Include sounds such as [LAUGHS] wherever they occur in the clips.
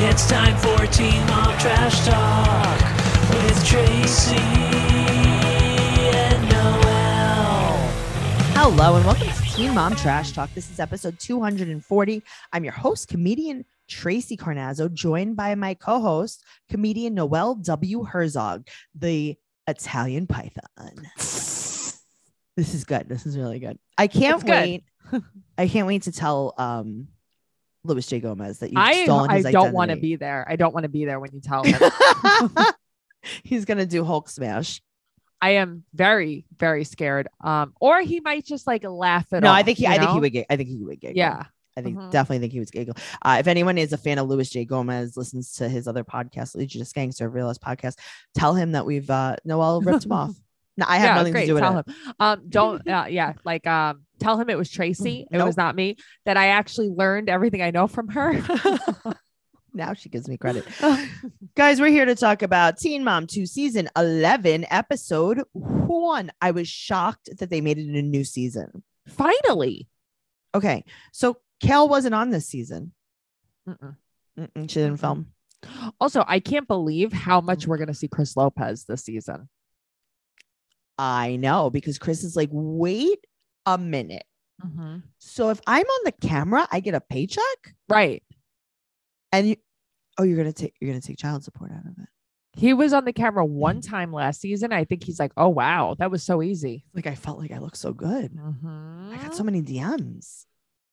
It's time for Team Up Trash Talk with Tracy and Noel. Hello and welcome to Teen Mom Trash Talk. This is episode 240. I'm your host, comedian Tracy Carnazzo, joined by my co host, comedian Noel W. Herzog, the Italian Python. This is good. This is really good. I can't It's good. wait. [LAUGHS] I can't wait to tell um, Louis J. Gomez that you've I stolen I his don't want to identity. be there. I don't want to be there when [LAUGHS] you tell me. He's going to do Hulk Smash. I am very very scared. Um, or he might just like laugh at no, all. I think he, you I think he know? would. gi- I think he would giggle. Yeah, I think Mhm. definitely think he was giggle. Uh, if anyone is a fan of Louis J. Gomez, listens to his other podcast, Legionist Gangster, Realist podcast, tell him that we've uh Noel ripped him [LAUGHS] off. No, I have yeah, nothing great. to do with tell it. him. Um, [LAUGHS] don't. Uh, yeah, like um, tell him it was Tracy. It Mm, Nope. was not me. That I actually learned everything I know from [LAUGHS] her. Now she gives me credit. Guys, we're here to talk about Teen Mom 2 season 11 episode 1. I was shocked that they made it in a new season. Finally. Okay. So Kale wasn't on this season. Mm-mm. Mm-mm, she didn't Mhm. film. Also, I can't believe how Mm. much we're gonna see Chris Lopez this season. I know because Chris is like, "Wait a minute. Mm-hmm. So if I'm on the camera, I get a paycheck?" Right. And you, oh, you're gonna take you're gonna take child support out of it. He was on the camera one time last season. I think he's like, oh wow, that was so easy. Like I felt like I looked so good. I Mhm. got so many DMs.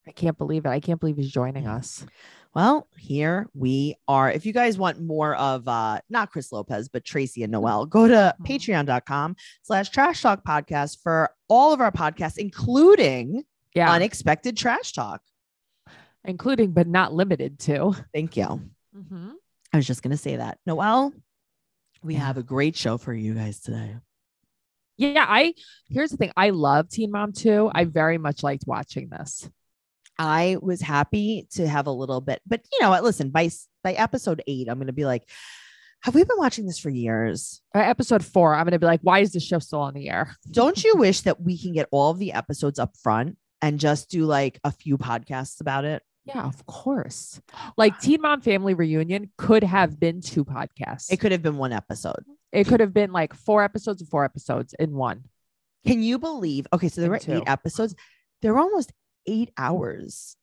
I can't believe it. I can't believe he's joining us. Well, here we are. If you guys want more of uh not Chris Lopez, but Tracy and Noel, go to Mhm. patreon.com slash trash talk podcast for all of our podcasts, including Yeah. unexpected trash talk. Including, but not limited to. Thank you. Mm-hmm. I was just gonna say that. Noel, we Yeah. have a great show for you guys today. Yeah. I, here's the thing I love Teen Mom 2. I very much liked watching this. I was happy to have a little bit, but you know what? Listen, by s- by episode eight, I'm gonna be like, have we been watching this for years? Uh, episode four, I'm going to be like, why is this show still on the air? Don't you wish that we can get all of the episodes up front and just do like a few podcasts about it? Yeah, of course. [GASPS] Like Teen Mom Family Reunion could have been two podcasts. It It, could have been one episode. could have been like four episodes and four episodes in one. Can you believe? Okay, so there were Think eight two. episodes. There were almost eight hours.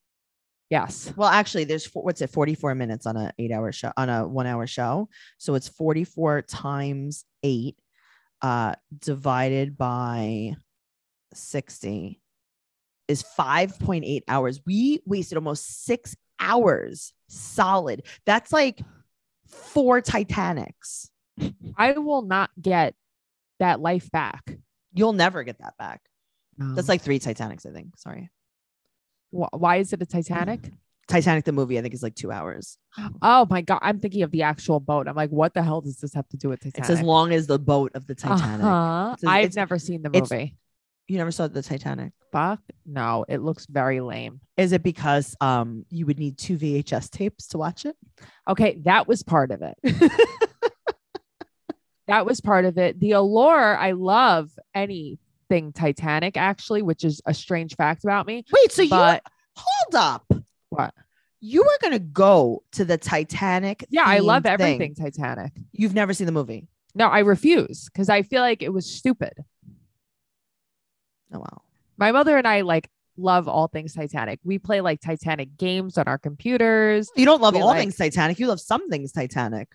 Yes. Well, actually, there's four, what's it? 44 minutes on a eight hour show on a one hour show. So it's 44 times eight uh, divided by 60 is 5.8 hours. We wasted almost six hours solid. That's like four Titanics. I will not get that life back. You'll never get that back. That's That's like, like three Titanics, I think. Sorry. wh- why is it a Titanic? Titanic, the movie, I think is like two hours. Oh my God. I'm thinking of the actual boat. I'm like, what the hell does this have to do with It's Titanic? as long as the boat of the Titanic. Uh-huh. It's- I've it's- never seen the it's- movie. You never saw the Titanic? Fuck no, it looks very lame. Is it because um you would need two VHS tapes to watch it? Okay, that was part of it. [LAUGHS] that was part of it. The allure, I love anything Titanic actually, which is a strange fact about me. Wait, so But- you hold up. What? You were gonna go to the Titanic. Yeah, I love themed thing. everything Titanic. You've never seen the movie. No, I refuse because I feel like it was stupid. Oh wow. My mother and I like love all things Titanic. We play like Titanic games on our computers. You don't love We all like- things Titanic. You love some things Titanic.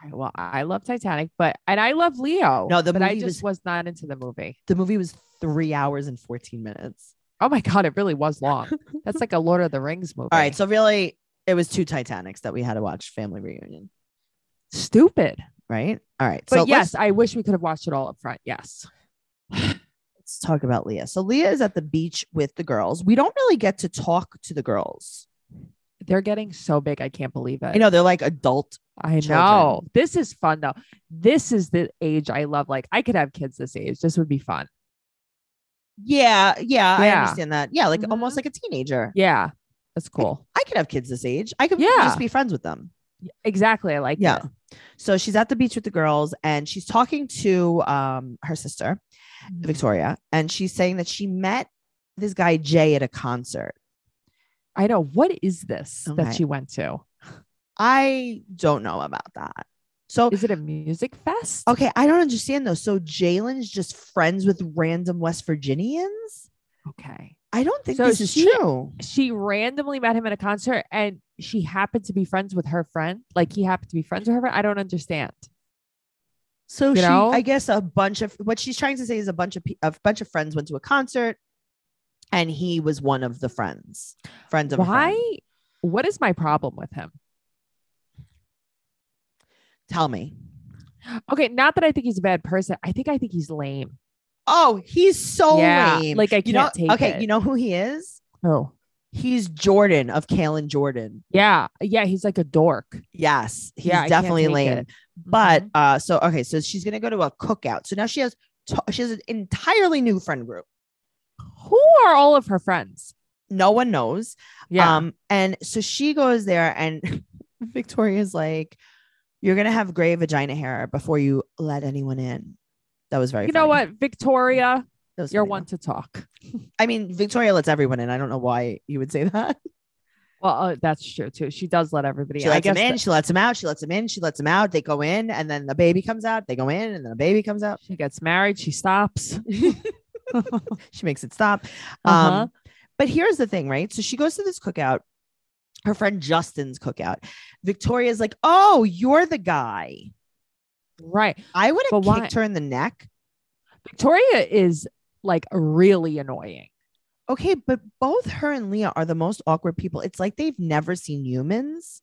Okay, well, I love Titanic, but and I love Leo. No, the but I movie just was not into the movie. The movie was three hours and 14 minutes. Oh my god, it really [LAUGHS] was long. That's like a Lord of the Rings movie. All right. So really it was two Titanics that we had to watch family reunion, stupid. right? All right. But so let's- yes, I wish we could have watched it all up front. Yes. let's talk about Leah. So Leah is at the beach with the girls. We don't really get to talk to the girls. They're getting so big. I can't believe it. You know, they're like adult I children. know. This is fun though. This is the age I love. Like I could have kids this age. This would be fun. Yeah, yeah, I Yeah. understand that. Yeah, like almost Mhm. like a teenager. Yeah. That's cool. I could have kids this age. I could Yeah. just be friends with them. Exactly. I like Yeah. it. So she's at the beach with the girls and she's talking to um her sister, Mm-hmm. Victoria, and she's saying that she met this guy Jay at a concert. I know. What is this Okay. that you went to? I don't know about that. So Is it a music fest? okay, I don't understand though. So Jalen's just friends with random West Virginians. Okay. I don't think So this is she- true. She randomly met him at a concert and she happened to be friends with her friend. Like he happened to be friends with her. friend. I don't understand. So you she, know? I guess, a bunch of what she's trying to say is a bunch of pe- a bunch of friends went to a concert, and he was one of the friends. Friends of a friend. Why? What is my problem with him? Tell me. Okay, not that I think he's a bad person. I think I think he's lame. Oh, he's so yeah, lame. like I can't you know, take okay, it. you know who he is? oh, He's Jordan of Kalen Jordan. yeah, yeah. He's like a dork. Yes, he's yeah, I can't definitely take lame. it. But Mhm. uh, so okay, so she's gonna go to a cookout. So now she has t- she has an entirely new friend group. who are all of her friends? No one knows. Yeah, Um, and so she goes there, and [LAUGHS] Victoria's like, "You're gonna have gray vagina hair before you let anyone in." That was very. you know funny. what, Victoria, That was you're funny. one to talk. I mean, Victoria lets everyone in. I don't know why you would say [LAUGHS] that. Well, uh, that's true too. She does let everybody. She in. I lets guess him in. She lets him out. She lets him in. She lets him out. They go in, and then the baby comes out. They go in, and then the baby comes [LAUGHS] out. [LAUGHS] that she gets married. She stops. She makes it stop. Uh-huh. Um, but here's the thing, right? So she goes to this cookout, her friend Justin's cookout. Victoria's like, "Oh, you're the guy." right. I would But have why- kicked her in the neck. Victoria is like really annoying. Okay, but both her and Leah are the most awkward people. It's like they've never seen humans.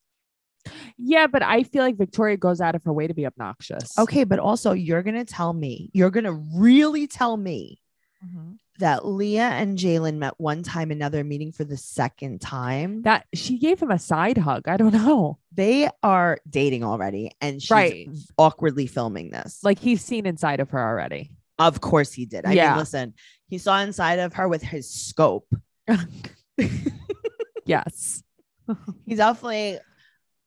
Yeah, but I feel like Victoria goes out of her way to be obnoxious. Okay, but also you're gonna tell me, you're gonna really tell me Mhm. that Leah and Jalen met one time, another meeting for the second time. That she gave him a side hug. I don't know. they are dating already, and she's Right. awkwardly filming this. Like he's seen inside of her already. Of course he did. I Yeah. mean, listen, he saw inside of her with his scope. Yes. He definitely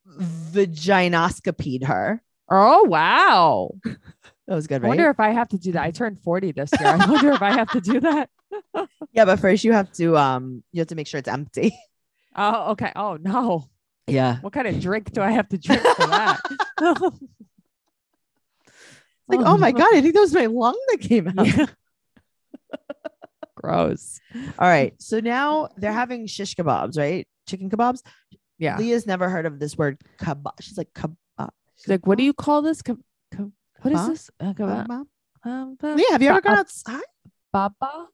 vaginoscopied her. Oh wow. That was good, I right? wonder if I have to do that. I turned 40 this year. I wonder if I have to do that. [LAUGHS] yeah, but first you have to um you have to make sure it's empty. [LAUGHS] Oh, okay. Oh no. Yeah. What kind of drink do I have to drink for [LAUGHS] that? Like, oh my God, I think that was my lung that came out. [LAUGHS] Yeah. [LAUGHS] Gross. All right. So now they're having shish kebabs, right? Chicken kebabs. Yeah. Leah's never heard of this word kebab. She's like kebab. She's like, what do you call this? Ka- ka- what is Kebab? this? Uh, kebab- kebab? um, ba- Leah, have you ever ba- gone outside? Baba?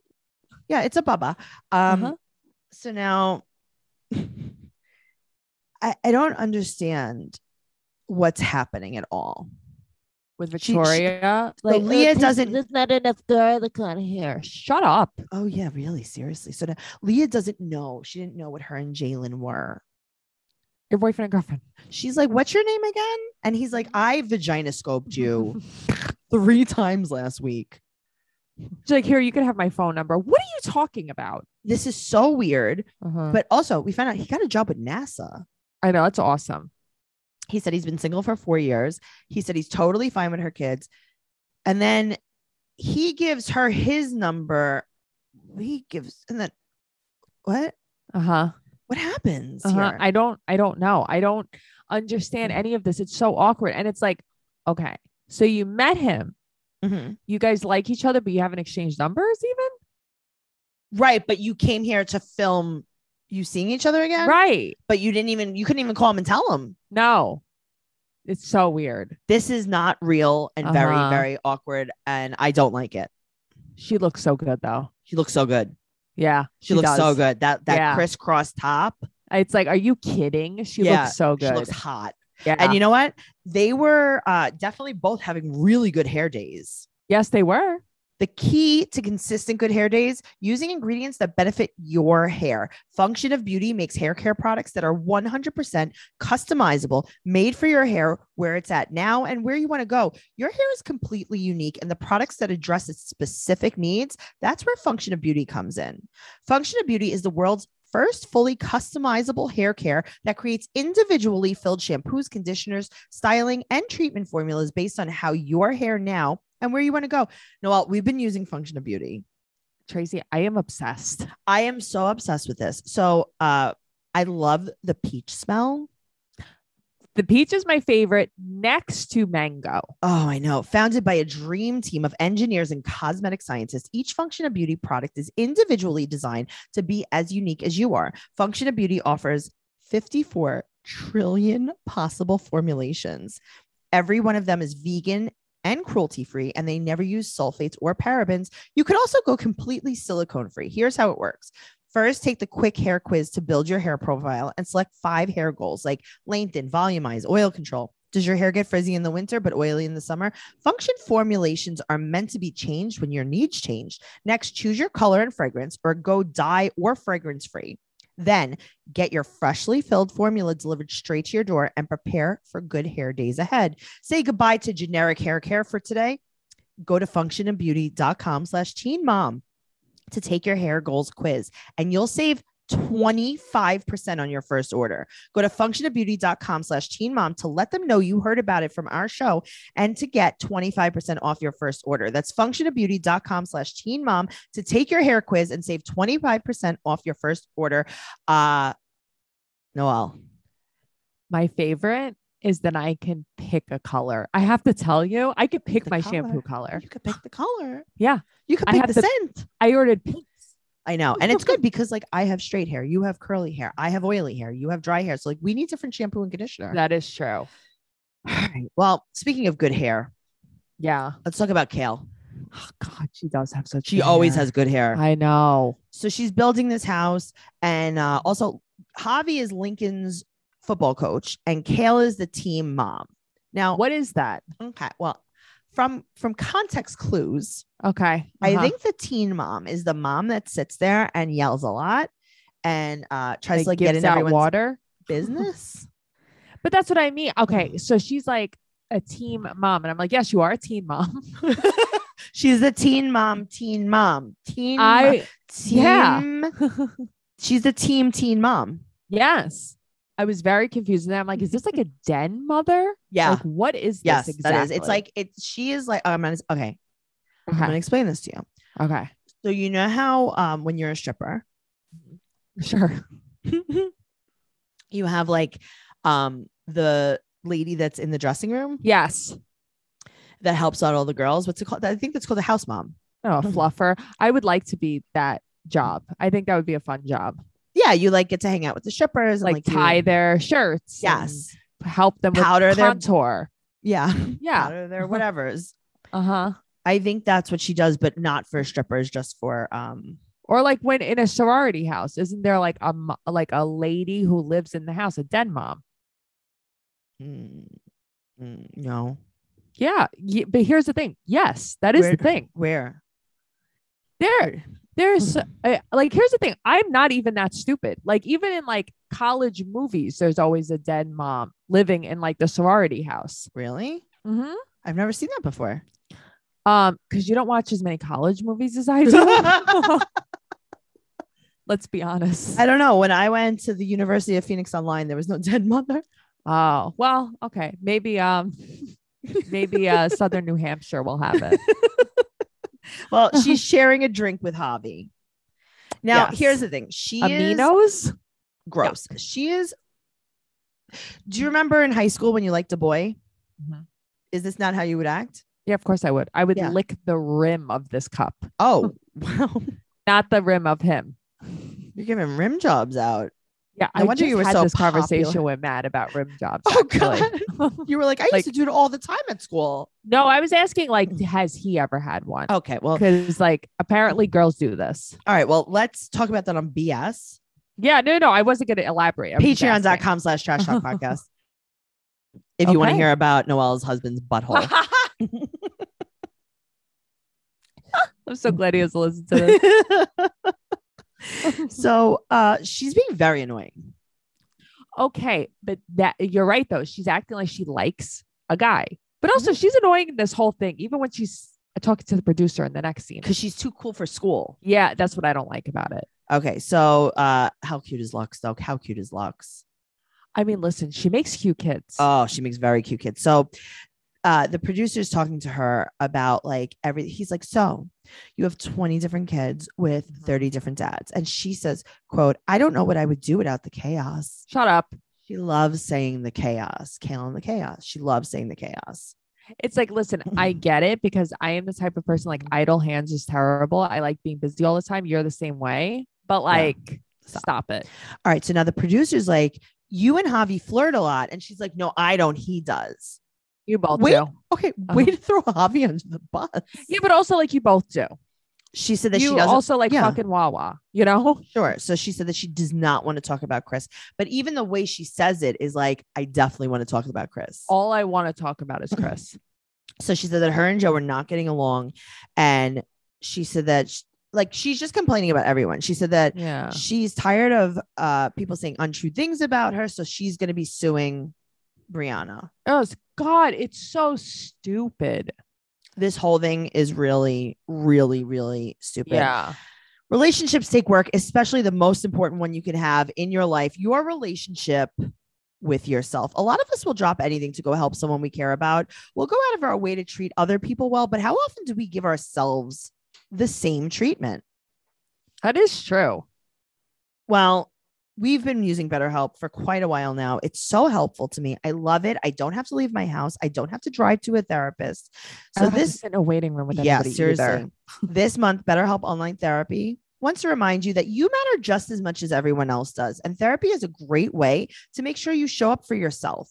Yeah, it's a baba. Um, Uh-huh. so now [LAUGHS] I, I don't understand what's happening at all. With she- she- Victoria. like, Leah "Uh, this- doesn't- There's not enough garlic on here. Shut up. Oh yeah, really seriously. So now, Leah doesn't know. She didn't know what her and Jalen were. Your boyfriend and girlfriend. She's like, "What's your name again?" And he's like, "I vagina scoped [LAUGHS] you three times last week." [LAUGHS] She's like, here, you can have my phone number. What are you talking about? This is so weird. Uh-huh. But also, we found out he got a job with NASA. I know. That's awesome. He said he's been single for four years. He said he's totally fine with her kids. And then he gives her his number. He gives, and then what? Uh-huh. What happens Uh-huh. here? I don't I don't know. I don't Mm. understand any of this. It's so awkward. And it's like, okay, so you met him. Mhm. You guys like each other, but you haven't exchanged numbers even? Right. But you came here to film you seeing each other again. Right. But you didn't even, you couldn't even call him and tell him. No. It's so weird. This is not real and very, Uh-huh. very awkward. And I don't like it. She looks so good though. She looks so good. Yeah. She, looks does. so good. That that Yeah. crisscross top. It's like, are you kidding? She Yeah, looks so good. She looks hot. yeah. And you know what? They were uh, definitely both having really good hair days. yes, they were. The key to consistent good hair days using ingredients that benefit your hair. Function of Beauty makes hair care products that are 100% customizable, made for your hair, where it's at now, and where you want to go. Your hair is completely unique, and the products that address its specific needs that's where Function of Beauty comes in. Function of Beauty is the world's First, fully customizable hair care that creates individually filled shampoos, conditioners, styling, and treatment formulas based on how your hair now and where you want to go. Noel, we've been using Function of Beauty. Tracy, I am obsessed. I am so obsessed with this. So, uh, I love the peach smell. The peach is my favorite next to mango. Oh, I know. Founded by a dream team of engineers and cosmetic scientists, each Function of Beauty product is individually designed to be as unique as you are. Function of Beauty offers 54 trillion possible formulations. Every one of them is vegan and cruelty free, and they never use sulfates or parabens. You could also go completely silicone free. Here's how it works. First, take the quick hair quiz to build your hair profile and select five hair goals like lengthen, volumize, oil control. Does your hair get frizzy in the winter but oily in the summer? Function formulations are meant to be changed when your needs change. Next, choose your color and fragrance or go dye or fragrance free. Then, get your freshly filled formula delivered straight to your door and prepare for good hair days ahead. Say goodbye to generic hair care for today. Go to functionandbeauty.com slash teen mom to take your hair goals quiz and you'll save 25% on your first order. Go to functionofbeauty.com slash teen mom to let them know you heard about it from our show and to get 25% off your first order. That's functionofbeauty.com slash teen mom to take your hair quiz and save 25% off your first order. Uh, Noel, My favorite is that I can pick a color. I have to tell you, I could pick The my color. shampoo color. you could pick the color. Yeah. You could I pick have the to- scent. I ordered pink. I know. And [LAUGHS] it's good because like I have straight hair, you have curly hair, I have oily hair, you have dry hair. So like we need different shampoo and conditioner. That is true. All right. Well, speaking of good hair, [SIGHS] Yeah. let's talk about Kale. Oh, God, she does have such. She good always hair. has good hair. I know. so she's building this house, and uh, also Javi is Lincoln's football coach, and Kale is the team mom. Now, What is that? okay, well, from from context clues, Okay. I uh-huh. think the teen mom is the mom that sits there and yells a lot and uh, tries like, to like get gives in out everyone's water. business. But that's what I mean. Mm-hmm. Okay. So she's like a teen mom. And I'm like, yes, you are a [LAUGHS] teen mom. she's the teen mom, teen mom, teen. mo- I, team. yeah. she's the team teen mom. [LAUGHS] yes. I was very confused. And I'm like, is this like a den mother? Yeah. Like, what is yes, this exactly? that is. It's like it. She is like. Oh, I'm gonna, okay. I'm gonna okay. explain this to you. okay. So you know how um, when you're a stripper, Sure. [LAUGHS] you have like um, the lady that's in the dressing room Yes. that helps out all the girls. What's it called? I think that's called a house mom. Oh, Mm-hmm. a fluffer. I would like to be that job. I think that would be a fun job. Yeah, you like get to hang out with the strippers and Like, like, you- tie their shirts. and Yes. Help them Powder with their- contour. Yeah. Yeah. Powder their whatever's. Uh huh. I think that's what she does, but not for strippers, just for um Or like when in a sorority house, isn't there like a mo- like a lady who lives in the house, a den mom? mm, mm, no. Yeah, ye- but here's the thing. Yes, that is Where- the thing. Where? There, there's Hmm. I- like here's the thing. I'm not even that stupid. Like even in like college movies, there's always a den mom living in like the sorority house. Really? Mm-hmm. I've never seen that before. Um, because you don't watch as many college movies as [LAUGHS] I do. Let's be honest. I don't know. When I went to the University of Phoenix online, there was no [LAUGHS] dead mother. Oh, well, okay. Maybe um [LAUGHS] maybe uh southern New Hampshire will have it. [LAUGHS] Well, she's sharing a drink with Javi. Now, Yes. here's the thing. She is Aminos? gross. She is. Do you remember in high school when you liked a boy? Mm-hmm. Mhm. Is this not how you would act? Yeah, of course I would. I would Yeah. lick the rim of this cup, [LAUGHS] Oh, wow. not the rim of him. You're giving rim jobs out. Yeah, No I wonder you just were had so this conversation popular. with Matt [LAUGHS] about rim jobs. Oh, actually. [LAUGHS] You were like, I Like- used to do it all the time at school. [LAUGHS] no, I was asking like, has he ever had one? Okay. Mm. Oh, Well, Because like apparently girls do this. all right. Well, let's talk about that on BS. Yeah, no, no, I wasn't gonna elaborate. I was just asking. Patreon.com slash trash [LAUGHS] talk podcast. If you want to Okay. hear about Noel's husband's butthole. [LAUGHS] [LAUGHS] I'm so glad he has [LAUGHS] listened to this. so uh she's being very annoying. okay, but that you're right though. She's acting like she likes a guy, but Mm-hmm. also she's annoying in this whole thing. Even when she's talking to the producer in the next scene, because she's too cool for school. yeah, that's what I don't like about it. Okay, so uh, how cute is Lux though? How cute is Lux? I mean, listen, she makes cute kids. Uh, Oh, she makes very cute kids. So uh, the producer's talking to her about like every. He's like, so you have 20 different kids with Mhm. 30 different dads. And she says, quote, I don't know what I would do without the chaos. Shut up. She loves saying the chaos, Kalen the chaos. She loves saying the chaos. It's like, listen, [LAUGHS] I get it because I am the type of person like Mm-hmm. idle hands is terrible. I like being busy all the time. You're the same way, but like, Stop. stop. it. All right. So now the producer's like, you and Javi flirt a lot. And she's like, no, I don't. He does. You both Wait. do. Okay. Way Uh-huh. to throw Javi under the bus. Yeah, but also like you both do. She said that you she doesn't. also like yeah. fucking Wawa, [LAUGHS] you know? sure. So she said that she does not want to talk about Chris. But even the way she says it is like, I definitely want to talk about Chris. All I want to talk about is [LAUGHS] Chris. so she said that her and Joe were not getting along. And she said that, sh like, she's just complaining about everyone. She said that yeah. she's tired of uh, people saying untrue things about her. So she's going to be suing Brianna. Oh it's- God, it's so stupid. This whole thing is really, really, really stupid. Yeah. Relationships take work, especially the most important one you can have in your life your relationship with yourself. A lot of us will drop anything to go help someone we care about. We'll go out of our way to treat other people well, but how often do we give ourselves the same treatment? That is true. Well, we've been using BetterHelp for quite a while now. It's so helpful to me. I love it. I don't have to leave my house, I don't have to drive to a therapist. I So, don't have to this sit in a waiting room with yeah, anybody seriously. [LAUGHS] either. this month, BetterHelp Online Therapy wants to remind you that you matter just as much as everyone else does. And therapy is a great way to make sure you show up for yourself.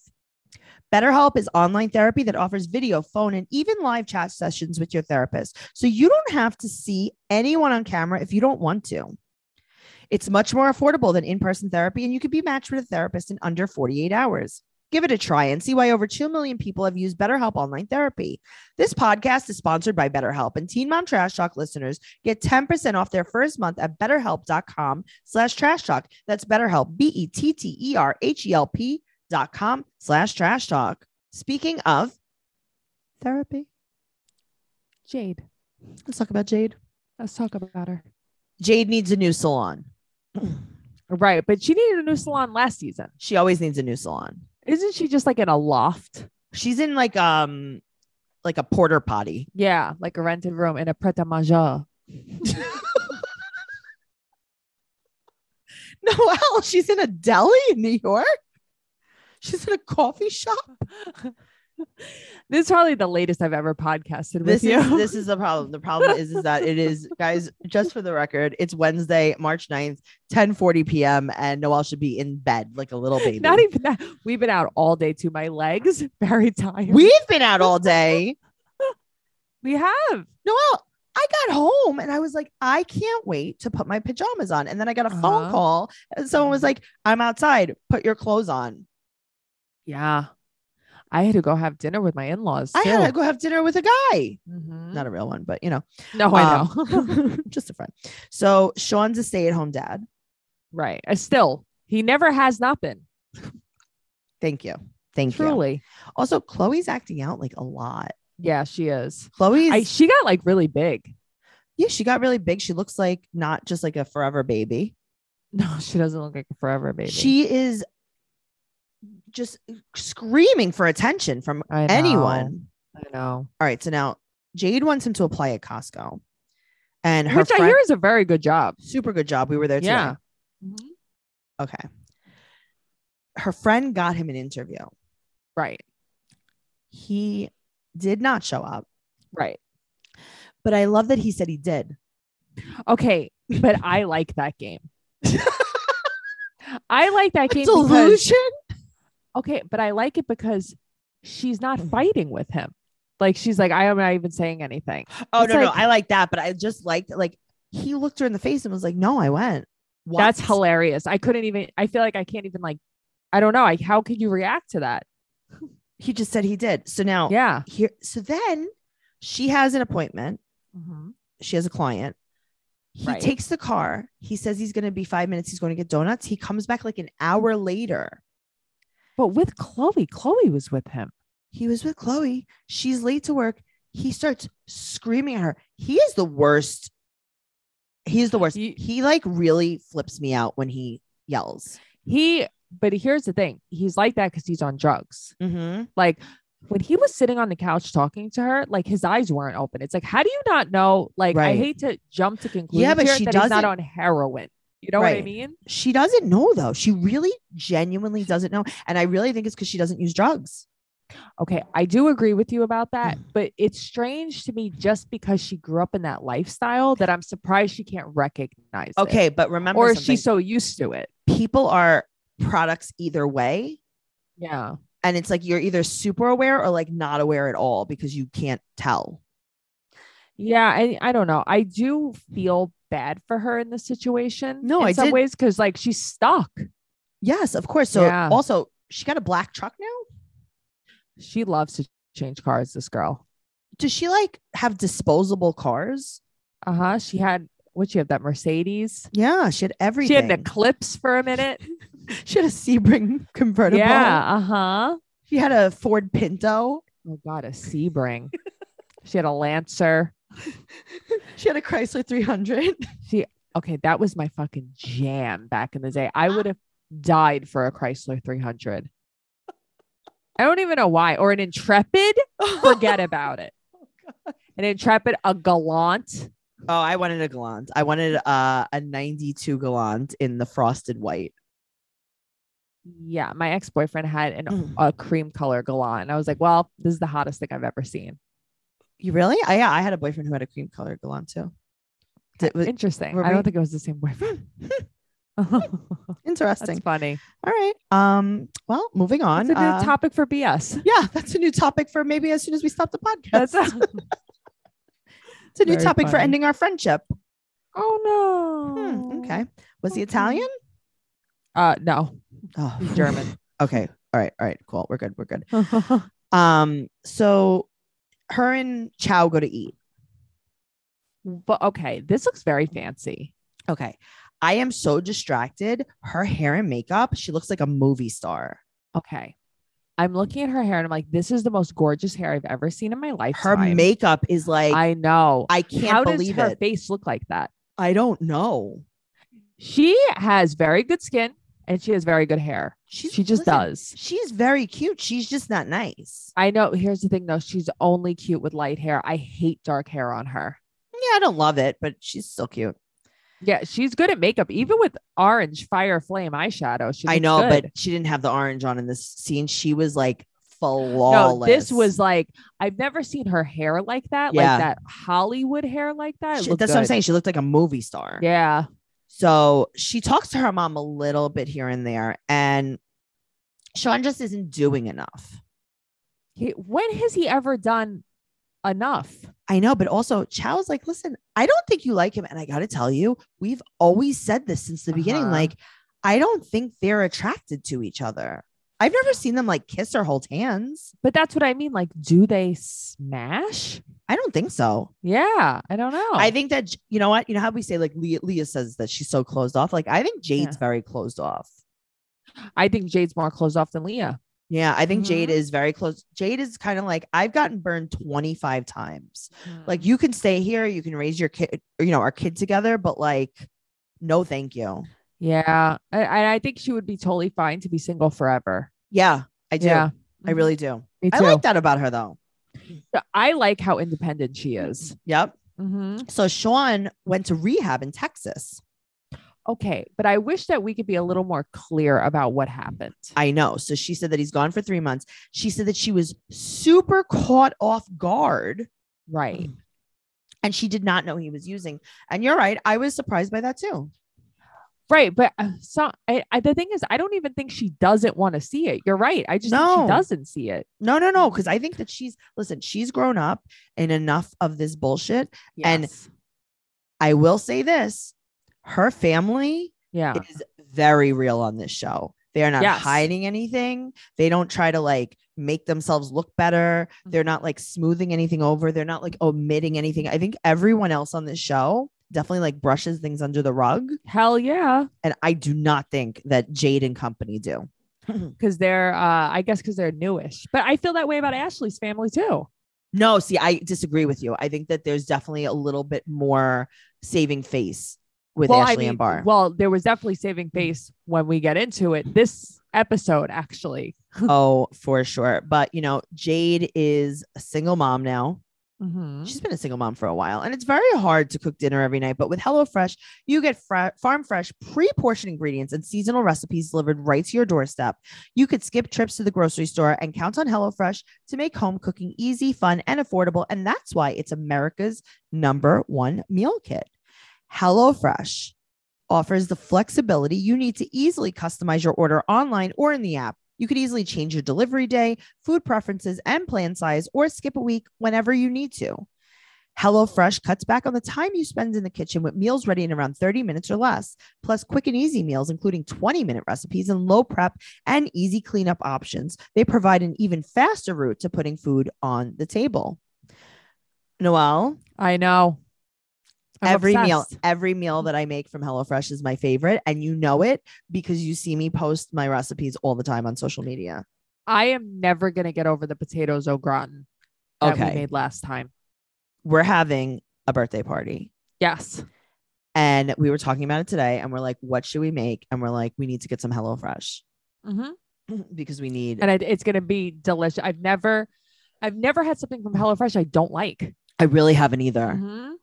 BetterHelp is online therapy that offers video, phone, and even live chat sessions with your therapist. So you don't have to see anyone on camera if you don't want to. It's much more affordable than in person therapy, and you can be matched with a therapist in under 48 hours. Give it a try and see why over 2 million people have used BetterHelp online therapy. This podcast is sponsored by BetterHelp, and Teen Mom Trash Talk listeners get 10% off their first month at betterhelp.com slash trash talk. That's BetterHelp, E B-E-T-T-E-R-H-E-L-P E dot com slash trash talk. Speaking of therapy, Jade, let's talk about Jade. let's talk about her. Jade needs a new salon. Right. But she needed a new salon last season. She always needs a new salon. Isn't she just like in a loft? She's in like um like a porter potty. [LAUGHS] Yeah, like a rented room in a pret a manger. No, hell, she's in a deli in New York. She's in a coffee shop. This is probably the latest I've ever podcasted with This you. [LAUGHS] is this is the problem. The problem is is that it is guys. Just for the record, it's Wednesday, March 9th, 10:40 p.m. and Noel should be in bed like a little baby. Not even that. We've been out all day to my legs, [LAUGHS] very tired. We've been out all day. we have. Noel, I got home and I was like, I can't wait to put my pajamas on. And then I got a phone Uh-huh. call and someone was Mhm. like, I'm outside, put your clothes on. Yeah. I had to go have dinner with my in-laws. I had to too. go have dinner with a guy. Mhm. Not a real one, but you know, Um, No, Oh, I know. [LAUGHS] [LAUGHS] just a friend. So Sean's a stay-at-home dad. right. Uh, still, he never has not been. Thank you. Thank you. Truly. Also, Chloe's acting out like a lot. Yeah, she is. Chloe's I, she got like really big. [LAUGHS] yeah, she got really big. She looks like not just like a forever baby. No, she doesn't look like a forever baby. She is just screaming for attention from I know. anyone. I know. All right, so now Jade wants him to apply at Costco, and her Which friend, I hear is a very good job. super good job. We were there today. Yeah. Mm-hmm. Okay. Her friend got him an interview. Right. He did not show up, Right. but I love that he said he did. Okay, but I like that game. [LAUGHS] I like that game because Delusion. okay, but I like it because she's not fighting with him. Like she's like, I am not even saying anything. Oh It's no, no, like- I like that, but I just liked like he looked her in the face and was like, "No, I went." What? That's hilarious. I couldn't even. I feel like I can't even like. I don't know. Like, how could you react to that? He just said he did. So now Yeah. here, so then she has an appointment. she has a client. He Right. takes the car. He says he's going to be five minutes. He's going to get donuts. He comes back like an hour later. But with Chloe, Chloe was with him. He was with Chloe. She's late to work. He starts screaming at her. He is the worst. He is the worst. He- he like really flips me out when he yells. He. But here's the thing. He's like that because he's on drugs. Mm-hmm. Like when he was sitting on the couch talking to her, like his eyes weren't open. It's like, how do you not know? Like, I Right. hate to jump to conclusions. but here she that he's not doesn't- on heroin. You know what I Right. mean? She doesn't know though. She really genuinely doesn't know. And I really think it's because she doesn't use drugs. Okay, I do agree with you about that, Mm. but it's strange to me just because she grew up in that lifestyle that I'm surprised she can't recognize. it. Okay, but remember or is something. she so used to it? people are products either way. Yeah. And it's like you're either super aware or like not aware at all because you can't tell. Yeah, I, I don't know. I do feel bad for her in this situation. No, in I some did- ways because like she's stuck. Yes, of course. So Yeah. also she got a black truck now. She loves to change cars. This girl. Does she like have disposable cars? Uh huh. She had what? She had that Mercedes. Yeah, she had everything. She had an Eclipse for a minute. [LAUGHS] she had a Sebring convertible. yeah. Uh huh. She had a Ford Pinto. Oh God, a [LAUGHS] Sebring. she had a Lancer. She had a Chrysler 300. She okay. That was my fucking jam back in the day. I would have died for a Chrysler 300. I don't even know why. Or an Intrepid. Forget about [LAUGHS] it. An Intrepid, a Gallant. Oh, I wanted a Gallant. I wanted uh, a 92 Gallant in the frosted white. Yeah, my ex boyfriend had an Mm. a cream color Gallant, and I was like, "Well, this is the hottest thing I've ever seen." You really? I, yeah, I had a boyfriend who had a cream colored Gallant too. It was Interesting. were I don't we- think it was the same boyfriend. [LAUGHS] That's interesting. funny. All right. Um. Well, moving on. It's a new Uh, topic for [LAUGHS] BS. yeah, that's a new topic for maybe as soon as we stop the podcast. That's [LAUGHS] it's a new very topic for funny. ending our friendship. oh no. Hmm, okay. Was he okay. Italian? Uh, no, Oh, he's German. [LAUGHS] okay. All right. All right. Cool. We're good. We're good. Um. So, her and Chow go to eat. but okay, this looks very fancy. Okay. I am so distracted. Her hair and makeup, she looks like a movie star. Okay, I'm looking at her hair and I'm like, this is the most gorgeous hair I've ever seen in my life. Her makeup is like, I, I know. can't How does believe her it. face look like that? I don't know. She has very good skin and she has very good hair. She's, She just listen, does. She's very cute. She's just not nice. I know. Here's the thing though. She's only cute with light hair. I hate dark hair on her. Yeah, I don't love it, but she's still cute. Yeah, she's good at makeup, even with orange fire flame eyeshadow. She I looks know, good. but she didn't have the orange on in this scene. She was like no, flawless. this was like I've never seen her hair like that, Yeah. like that Hollywood hair like that. It She- looked that's what I'm good. saying. She looked like a movie star. Yeah, So she talks to her mom a little bit here and there, and Sean just isn't doing enough. he, when has he ever done enough? I know, but also Chow's like, listen, I don't think you like him. And I got to tell you, we've always said this since the beginning. Uh-huh. Like, I don't think they're attracted to each other. I've never seen them like kiss or hold hands. But that's what I mean. Like, do they smash? I don't think so. Yeah, I don't know. I think that, you know what? You know how we say like Leah, Leah says that she's so closed off? Like, I think Jade's very closed off. I think Jade's more closed off than Leah. Yeah, I think Jade Mhm. is very close. Jade is kind of like, I've gotten burned 25 times. Like, you can stay here, you can raise your kid, you know, our kid together, but like, no, thank you. yeah, I, I I think she would be totally fine to be single forever. Yeah, I do. Yeah, I Mhm. really do. Me too. I like that about her though. I like how independent she is. Yep. Mm-hmm. So Sean went to rehab in Texas. Okay, but I wish that we could be a little more clear about what happened. I know. So she said that he's gone for three months. She said that she was super caught off guard Mm. Right. and she did not know he was using. And you're right. I was surprised by that too. Right, but uh, so I, I, the thing is, I don't even think she doesn't want to see it. You're right. I just think No. she doesn't see it. No, no, no. Cause I think that she's, listen, she's grown up in enough of this bullshit. And- Yes. I will say this her family yeah, is very real on this show. They are not Yes. hiding anything. They don't try to like make themselves look better. Mm-hmm. They're not like smoothing anything over. They're not like omitting anything. I think everyone else on this show definitely like brushes things under the rug. hell yeah, And I do not think that Jade and company do. because they're, uh, I guess, because they're newish. But I feel that way about Ashley's family too. No, see, I disagree with you. I think that there's definitely a little bit more saving face with well, Ashley I mean, and Barr. Mm-hmm. Well, there was definitely saving face when we get into it. This episode, actually. oh, for sure. But you know, Jade is a single mom now. Mm-hmm. She's been a single mom for a while, and it's very hard to cook dinner every night. But with HelloFresh, you get fra- farm fresh, pre portioned ingredients and seasonal recipes delivered right to your doorstep. You could skip trips to the grocery store and count on HelloFresh to make home cooking easy, fun, and affordable. And that's why it's America's number one meal kit. HelloFresh offers the flexibility you need to easily customize your order online or in the app. You could easily change your delivery day, food preferences, and plan size, or skip a week whenever you need to. HelloFresh cuts back on the time you spend in the kitchen with meals ready in around 30 minutes or less, plus quick and easy meals, including 20 minute recipes and low prep and easy cleanup options. They provide an even faster route to putting food on the table. Noelle, I know. I'm every meal, obsessed. every meal that I make from HelloFresh is my favorite, and you know it because you see me post my recipes all the time on social media. I am never gonna get over the potatoes au gratin that Okay. we made last time. We're having a birthday party, Yes. and we were talking about it today, and we're like, "What should we make?" And we're like, "We need to get some HelloFresh Mm-hmm. because we need." And I, it's gonna be delicious. I've never, I've never had something from HelloFresh I don't like. I really haven't either. Mhm.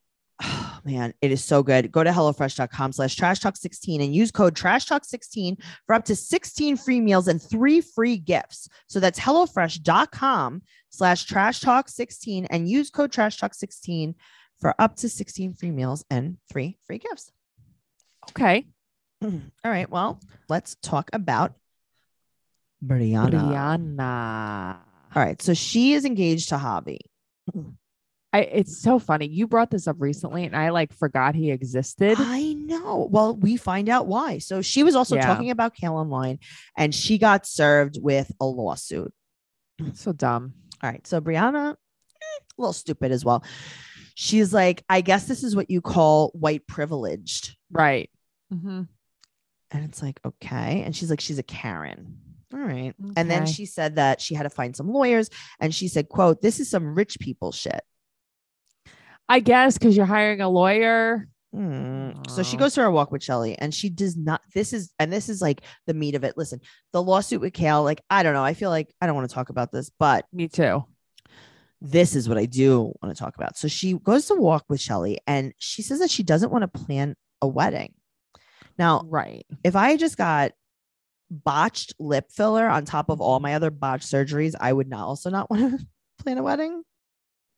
Oh, [SIGHS] man, it is so good. Go to HelloFresh.com slash trash talk 16 and use code trash talk 16 for up to 16 free meals and three free gifts. So that's HelloFresh.com slash trash talk 16 and use code trash talk 16 for up to 16 free meals and three free gifts. [CLEARS THROAT] Okay. All right. Well, let's talk about Brianna. Brianna. All right. So she is engaged to Hobby. I, it's so funny. You brought this up recently, and I like forgot [GASPS] he existed. I know. Well, we find out why. So she was also Yeah. talking about Kale Online and she got served with a lawsuit. so dumb. All right. So Brianna, eh, a little stupid as well. She's like, I guess this is what you call white privileged. Right. Mm-hmm. And it's like, okay. And she's like, she's a Karen. All right. And then Okay. she said that she had to find some lawyers and she said, quote, this is some rich people shit. I guess because you're hiring a lawyer. Mm. So she Oh. goes for a walk with Shelly and she does not. This is, and this is like the meat of it. Listen, the lawsuit with Kale, like, I don't know. I feel like I don't want to talk about this, but Me too. this is what I do want to talk about. So she goes to walk with Shelly and she says that she doesn't want to plan a wedding. Now, Right. if I just got botched lip filler on top of all my other botched surgeries, I would not also not want to [LAUGHS] plan a wedding.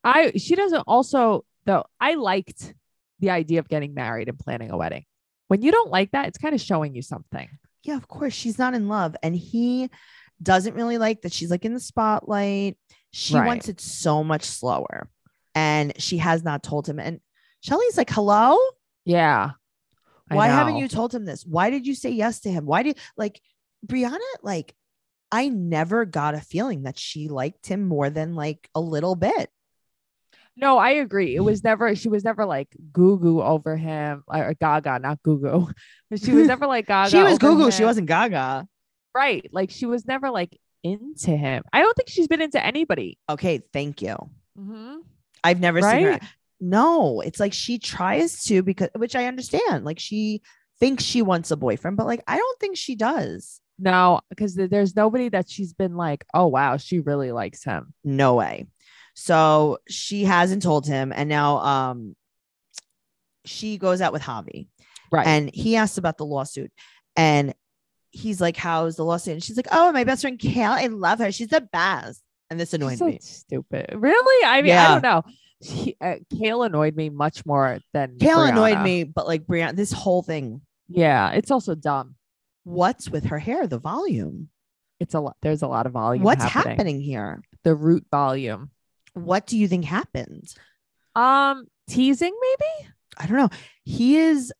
I she doesn't also though I liked the idea of getting married and planning a wedding. When you don't like that, it's kind of showing you something. yeah, of course, she's not in love. And he doesn't really like that she's like in the spotlight. She Right. wants it so much slower. And she has not told him. And Shelly's like, hello? Yeah. I Why haven't know. you told him this? Why did you say yes to him? Why did like Brianna? Like, I never got a feeling that she liked him more than like a little bit. No, I agree. It was never she was never like goo goo over him or gaga, not goo goo. [LAUGHS] She was never like gaga. she was over Google. She him. wasn't Gaga. right. Like she was never like into him. I don't think she's been into anybody. Okay, thank you. Mm-hmm. I've never seen her Right. no it's like she tries to because which i understand like she thinks she wants a boyfriend but like i don't think she does No, because there's nobody that she's been like, oh wow, she really likes him. no way so she hasn't told him and now um she goes out with javi Right. and he asks about the lawsuit and he's like how's the lawsuit and she's like oh my best friend kale i love her she's the best and this annoyed so me stupid. Really? I mean, Yeah. I don't know. He, uh, Kale annoyed me much more than kale annoyed Brianna. me but like brianna this whole thing Yeah, it's also dumb. what's with her hair the volume It's a lot. There's a lot of volume. what's happening? happening here The root volume. what do you think happened Um, teasing maybe. I don't know. He is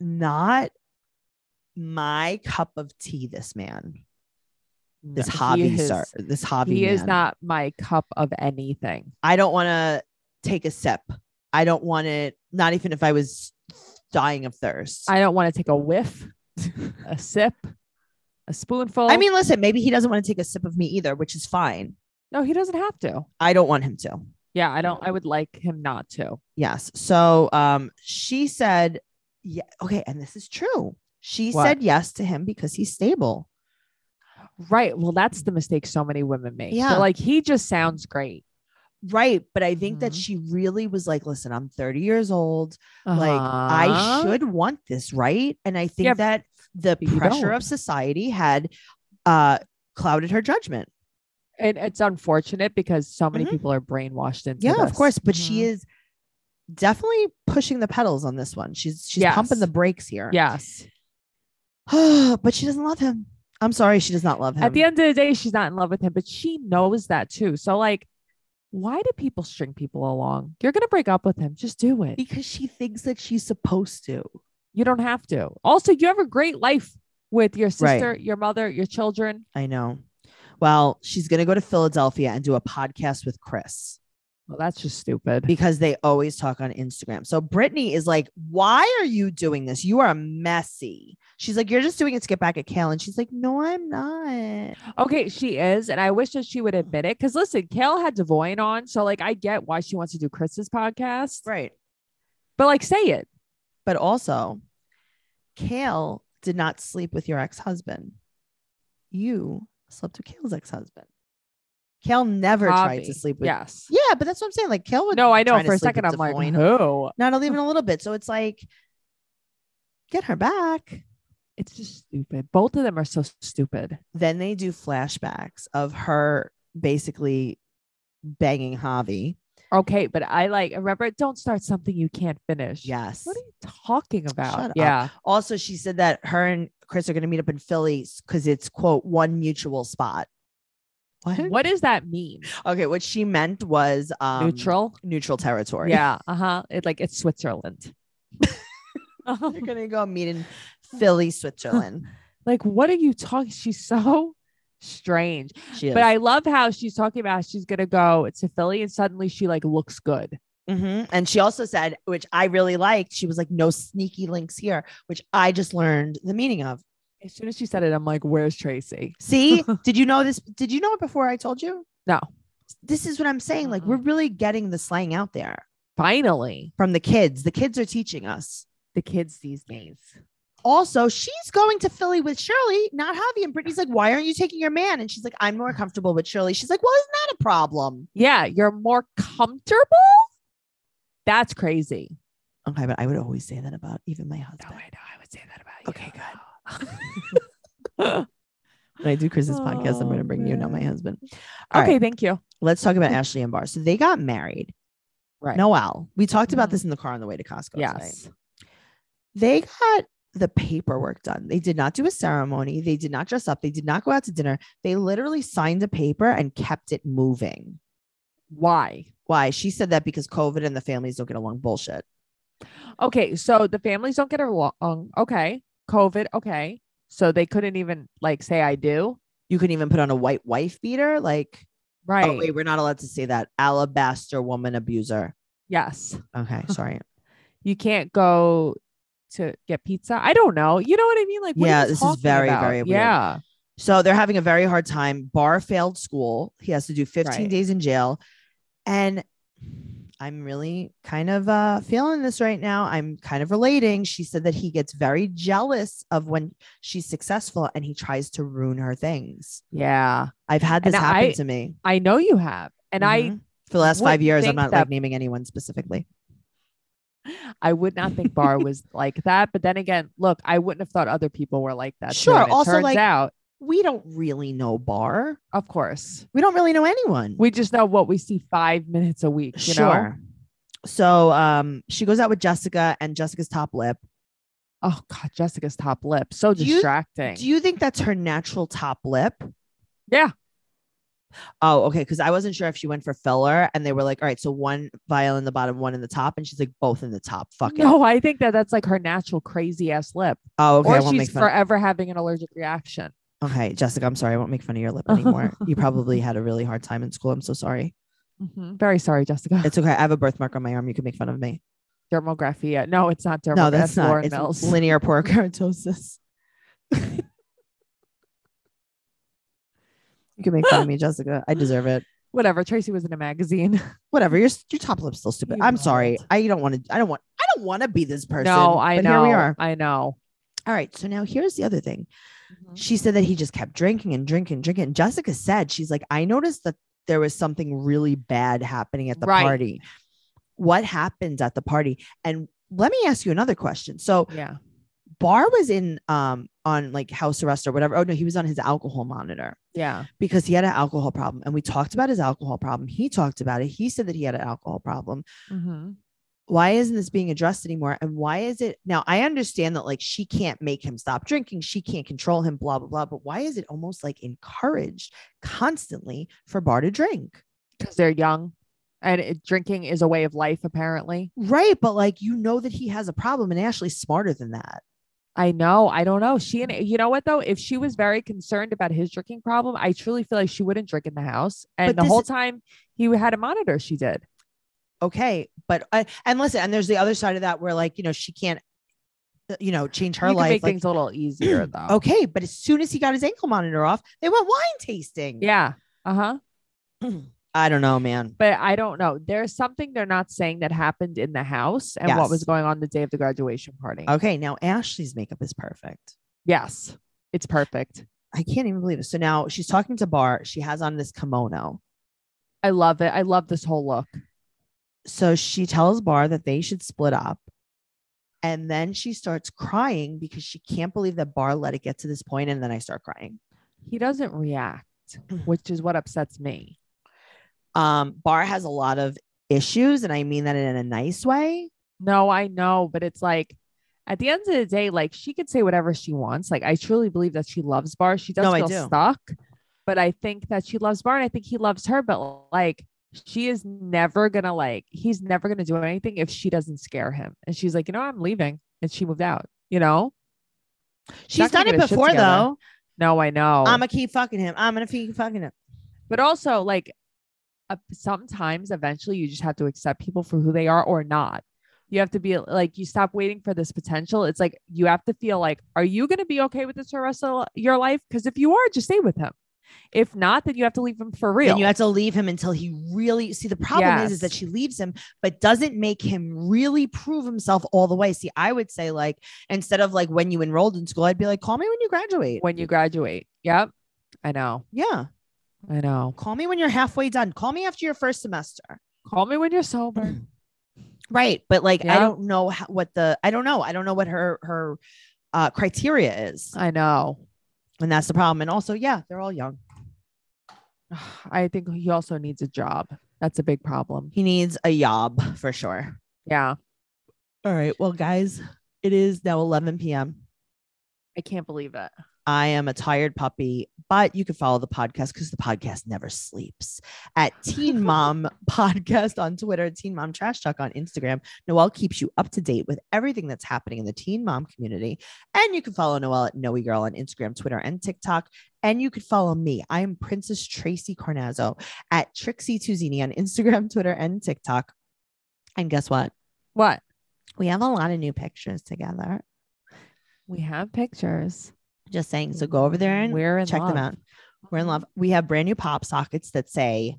not my cup of tea. This man, this No, he hobby, is- sir, this hobby. He is man. not my cup of anything. I don't want to take a sip. I don't want it. Not even if I was dying of thirst. I, I don't want to take a whiff, [LAUGHS] a sip, a spoonful. mean, listen. Maybe he doesn't want to take a sip of me either, which is fine. no, he doesn't have to. I don't want him to. Yeah, I don't. I would like him not to. Yes. So um, she said, yeah, okay, and this is true. She What? said yes to him because he's stable. Right. Well, that's the mistake so many women make. Yeah. They're like, he just sounds great. Right. But I think that Mhm. she really was like, listen, I'm 30 years old. Like, I Uh-huh. should want this. Right. And I think Yeah, that the but you pressure don't. of society had uh, clouded her judgment. And it's unfortunate because so many Mhm. people are brainwashed into Yeah, of this. course. But she Mhm. is definitely pushing the pedals on this one. She's she's pumping Yes. the brakes here. Mm-hmm. Yes. [SIGHS] but she doesn't love him. I'm sorry, she does not love him. At the end of the day, she's not in love with him, but she knows that too. So, like, why do people string people along? You're going to break up with him. Just do it. because she thinks that she's supposed to. You don't have to. Also, you have a great life with your Right. sister, your mother, your children. I know. Well, she's going to go to Philadelphia and do a podcast with Chris Well, that's just stupid. because they always talk on Instagram. So Brittany is like, Why are you doing this? You are messy. She's like, You're just doing it to get back at Kale. And she's like, No, I'm not. Okay, she is, and I wish that she would admit it. Because listen, Kale had Devoyne on, so like I get why she wants to do Chris's podcast, Right. but like say it. But also, Kale did not sleep with your ex husband. You slept with Kale's ex husband. Kale never tried Robbie. to sleep with. Yes. Yeah, but that's what I'm saying. Like Kale would. No, I know. try to For a sleep second, with I'm like, Devoyne. who? not even a little bit. So it's like, get her back. It's just stupid. Both of them are so stupid. Then they do flashbacks of her basically banging Javi. Okay, but I like remember. Don't start something you can't finish. Yes. What are you talking about? Shut up. [LAUGHS] yeah. Also, she said that her and Chris are going to meet up in Philly because it's quote one mutual spot. What? What does that mean? Okay, what she meant was um, Neutral. neutral territory. Yeah. Uh huh. It like it's Switzerland. [LAUGHS] [LAUGHS] They're gonna go meet in Philly, [LAUGHS] Switzerland. like, what are you talking? She's so strange. She is. But I love how she's talking about she's gonna go to Philly and suddenly she like looks good. Mhm. and she also said, which I really liked, she was like, "No sneaky links here," which I just learned the meaning of. As soon as she said it, I'm like, "Where's Tracy?" [LAUGHS] See, did you know this? Did you know it before I told you? No. This is what I'm saying. Like, Mm-mm. we're really getting the slang out there Finally, from the kids. The kids are teaching us. the kids these days. Also, she's going to Philly with Shirley, not Javi. And Brittany's like, why aren't you taking your man? And she's like, I'm more comfortable with Shirley. She's like, well, isn't that a problem? Yeah, you're more comfortable. That's crazy. Okay, but I would always say that about even my husband. know. I would say that about Okay, [LAUGHS] good. When I do Chris's podcast, I'm going to Oh, bring you, not my man. husband. All okay, right. thank you. Let's talk about Ashley and Barr. So they got married. Right. Noel, we talked about Mhm. this in the car on the way to Costco. today. Yes. they got the paperwork done. They did not do a ceremony. They did not dress up. They did not go out to dinner. They literally signed a paper and kept it moving. Why? Why? She said that because COVID and the families don't get along. Bullshit. Okay, so the families don't get along. Okay, COVID. Okay, so they couldn't even like say I do. You can even put on a white wife beater. Like, Right. oh, wait, we're not allowed to say that. Alabaster woman abuser. Yes. Okay, sorry. you can't go to get pizza. I don't know. You know what I mean? Like, what are Yeah, you this is talking very, about? very weird. Yeah, So they're having a very hard time. Barr failed school. He has to do 15 Right. days in jail. And I'm really kind of uh, feeling this right now. I'm kind of relating. She said that he gets very jealous of when she's successful and he tries to ruin her things. yeah. I've had this And happen I- to me. I know you have, and Mhm. for the last would five years, I'm think not like that- naming anyone specifically. Mm-hmm. I [LAUGHS] I would not think Bar [LAUGHS] was like that. But then again, look, I wouldn't have thought other people were like that. too, Sure, and it also, turns like- out, We don't really know Barr. of course, We don't really know anyone. we just know what we see five minutes a week. You know. So um, she goes out with Jessica and Jessica's top lip. Oh God, Jessica's top lip so Do you- distracting. Do you think that's her natural top lip? Yeah. Oh, okay. Because I wasn't sure if she went for filler, and they were like, "All right, so one vial in the bottom, one in the top," and she's like, "Both in the top." Fuck it. no, I think that that's like her natural crazy ass lip, Oh, okay. I or won't she's make fun. forever having an allergic reaction. okay, Jessica, I'm sorry. I won't make fun of your lip [LAUGHS] anymore. you probably had a really hard time in school. I'm so sorry. Mhm. Very sorry, Jessica. Mm-hmm. It's okay. I have a birthmark on my arm. You can make fun of me. dermographia. uh, No, it's not dermographia. No, that's not. Lauren It's Mills. linear pore [LAUGHS] keratosis. you can make fun of me, Jessica. I deserve it. Whatever. Tracy was in a magazine. [LAUGHS] Whatever. Your s- your top lip's still stupid. You I'm sorry. wild. I don't want to. I don't want. I don't want to be this person. no, I but know. Here we are. I know. All right. So now here's the other thing. She said that he just kept drinking and drinking, drinking. And Jessica said she's like, I noticed that there was something really bad happening at the Right. party. What happens at the party? And let me ask you another question. So Yeah. Barr was in um on like house arrest or whatever. Oh no, he was on his alcohol monitor Yeah. because he had an alcohol problem. And we talked about his alcohol problem. He talked about it. He said that he had an alcohol problem. Mm-hmm. Why isn't this being addressed anymore? And why is it now? I understand that like she can't make him stop drinking, she can't control him, blah, blah, blah. But why is it almost like encouraged constantly for Bar to drink? Because they're young and it, drinking is a way of life, apparently. Right. But like you know that he has a problem, and Ashley's smarter than that. I know. I don't know. She and you know what though? If she was very concerned about his drinking problem, I truly feel like she wouldn't drink in the house. And But the this- whole time he had a monitor, she did. Okay. But I, and listen, and there's the other side of that where like, you know, she can't, uh, you know, change her you can life. make like, things a little [CLEARS THROAT] easier though. Okay, but as soon as he got his ankle monitor off, they went wine tasting. Yeah. Uh huh. I don't know, man. But I don't know. There's something they're not saying that happened in the house and what was Yes. Oh. going on the day of the graduation party. Okay, now Ashley's makeup is perfect. Yes. It's perfect. I can't even believe it. So now she's talking to Bar. She has on this kimono. I love it. I love this whole look. So she tells Bar that they should split up. And then she starts crying because she can't believe that Bar let it get to this point, And then I start crying. He doesn't react, which is what upsets me. Um, Bar has a lot of issues, and I mean that in a nice way. No, I know, but it's like at the end of the day, like she could say whatever she wants. Like I truly believe that she loves Bar. She does No, I feel do. stuck, but I think that she loves Bar and I think he loves her, but like she is never gonna like he's never gonna do anything if she doesn't scare him. And she's like, you know, I'm leaving. And she moved out, you know? She's not gonna done it get her shit before, together. though. No, I know. I'm gonna keep fucking him. I'm gonna keep fucking him. but also like uh, sometimes eventually you just have to accept people for who they are or not you have to be like you stop waiting for this potential it's like you have to feel like are you going to be okay with this for the rest of li- your life because if you are just stay with him if not then you have to leave him for real And you have to leave him until he really see the problem is, is that Yes. she leaves him, but doesn't make him really prove himself all the way. See, I would say like instead of like when you enrolled in school, I'd be like, call me when you graduate. when you graduate yep i know Yeah. i know Call me when you're halfway done. Call me after your first semester. call me when you're [CLEARS THROAT] sober Right. But like I Yeah. don't know how, what the I don't know. I don't know what her her uh criteria is. i know [SIGHS] And that's the problem. And also, yeah, they're all young. i think he also needs a job that's a big problem He needs a yob for sure. yeah All right. Well, guys, it is now 11 p.m. i can't believe it I am a tired puppy, but you can follow the podcast because the podcast never sleeps at Teen Mom Podcast on Twitter, Teen Mom Trash Talk on Instagram. Noelle keeps you up to date with everything that's happening in the Teen Mom community. And you can follow Noelle at Noe Girl on Instagram, Twitter, and TikTok. And you could follow me. I am Princess Tracy Carnazzo at Trixie Tuzini on Instagram, [LAUGHS] Twitter, and TikTok. And guess what? what We have a lot of new pictures together. we have pictures Just saying. So go over there and we're in check love. them out. We're in love. We have brand new pop sockets that say,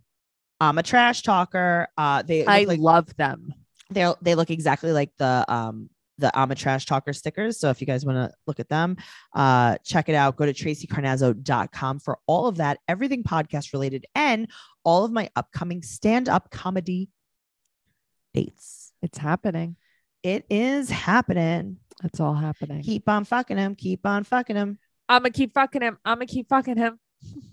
"I'm a trash talker." Uh, they I look like love them. they they look exactly like the um the "I'm a trash talker" stickers. So if you guys want to look at them, uh, check it out. Go to tracycarnazzo.com for all of that, everything podcast related, and all of my upcoming stand up comedy dates. It's happening. It is happening. It's all happening. Keep on fucking him. Keep on fucking him. I'm gonna keep fucking him. I'm gonna keep fucking him.